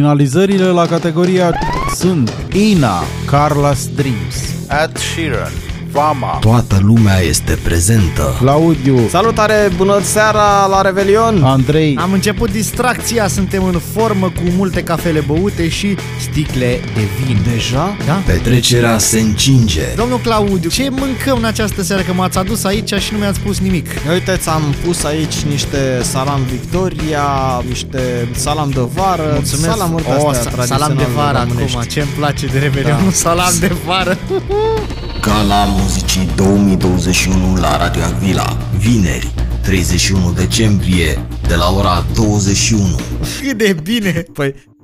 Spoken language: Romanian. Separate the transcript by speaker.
Speaker 1: Nominalizările la categoria sunt Ina, Carla Dreams,
Speaker 2: Ed Sheeran, Vama,
Speaker 3: Toată lumea este prezentă.
Speaker 1: Claudiu,
Speaker 4: Salutare, bună seara la Revelion!
Speaker 1: Andrei,
Speaker 5: Am început distracția, suntem în formă cu multe cafele băute și sticle de vin.
Speaker 4: Deja?
Speaker 5: Da?
Speaker 3: Petrecerea se încinge.
Speaker 5: Domnul Claudiu, ce mâncăm în această seară că m-ați adus aici și nu mi-ați spus nimic?
Speaker 4: Uiteți, am pus aici niște salam Victoria, niște salam de vară, salamuri de
Speaker 5: O,
Speaker 4: astea
Speaker 5: Oh, sa- salam de
Speaker 4: tradiționale
Speaker 5: vară
Speaker 4: românești.
Speaker 5: acum, ce îmi place de Revelion, da. salam de vară.
Speaker 3: Gala Muzicii 2021 la Radio Agvila, vineri, 31 decembrie, de la ora 21.
Speaker 5: Cât de bine! Păi,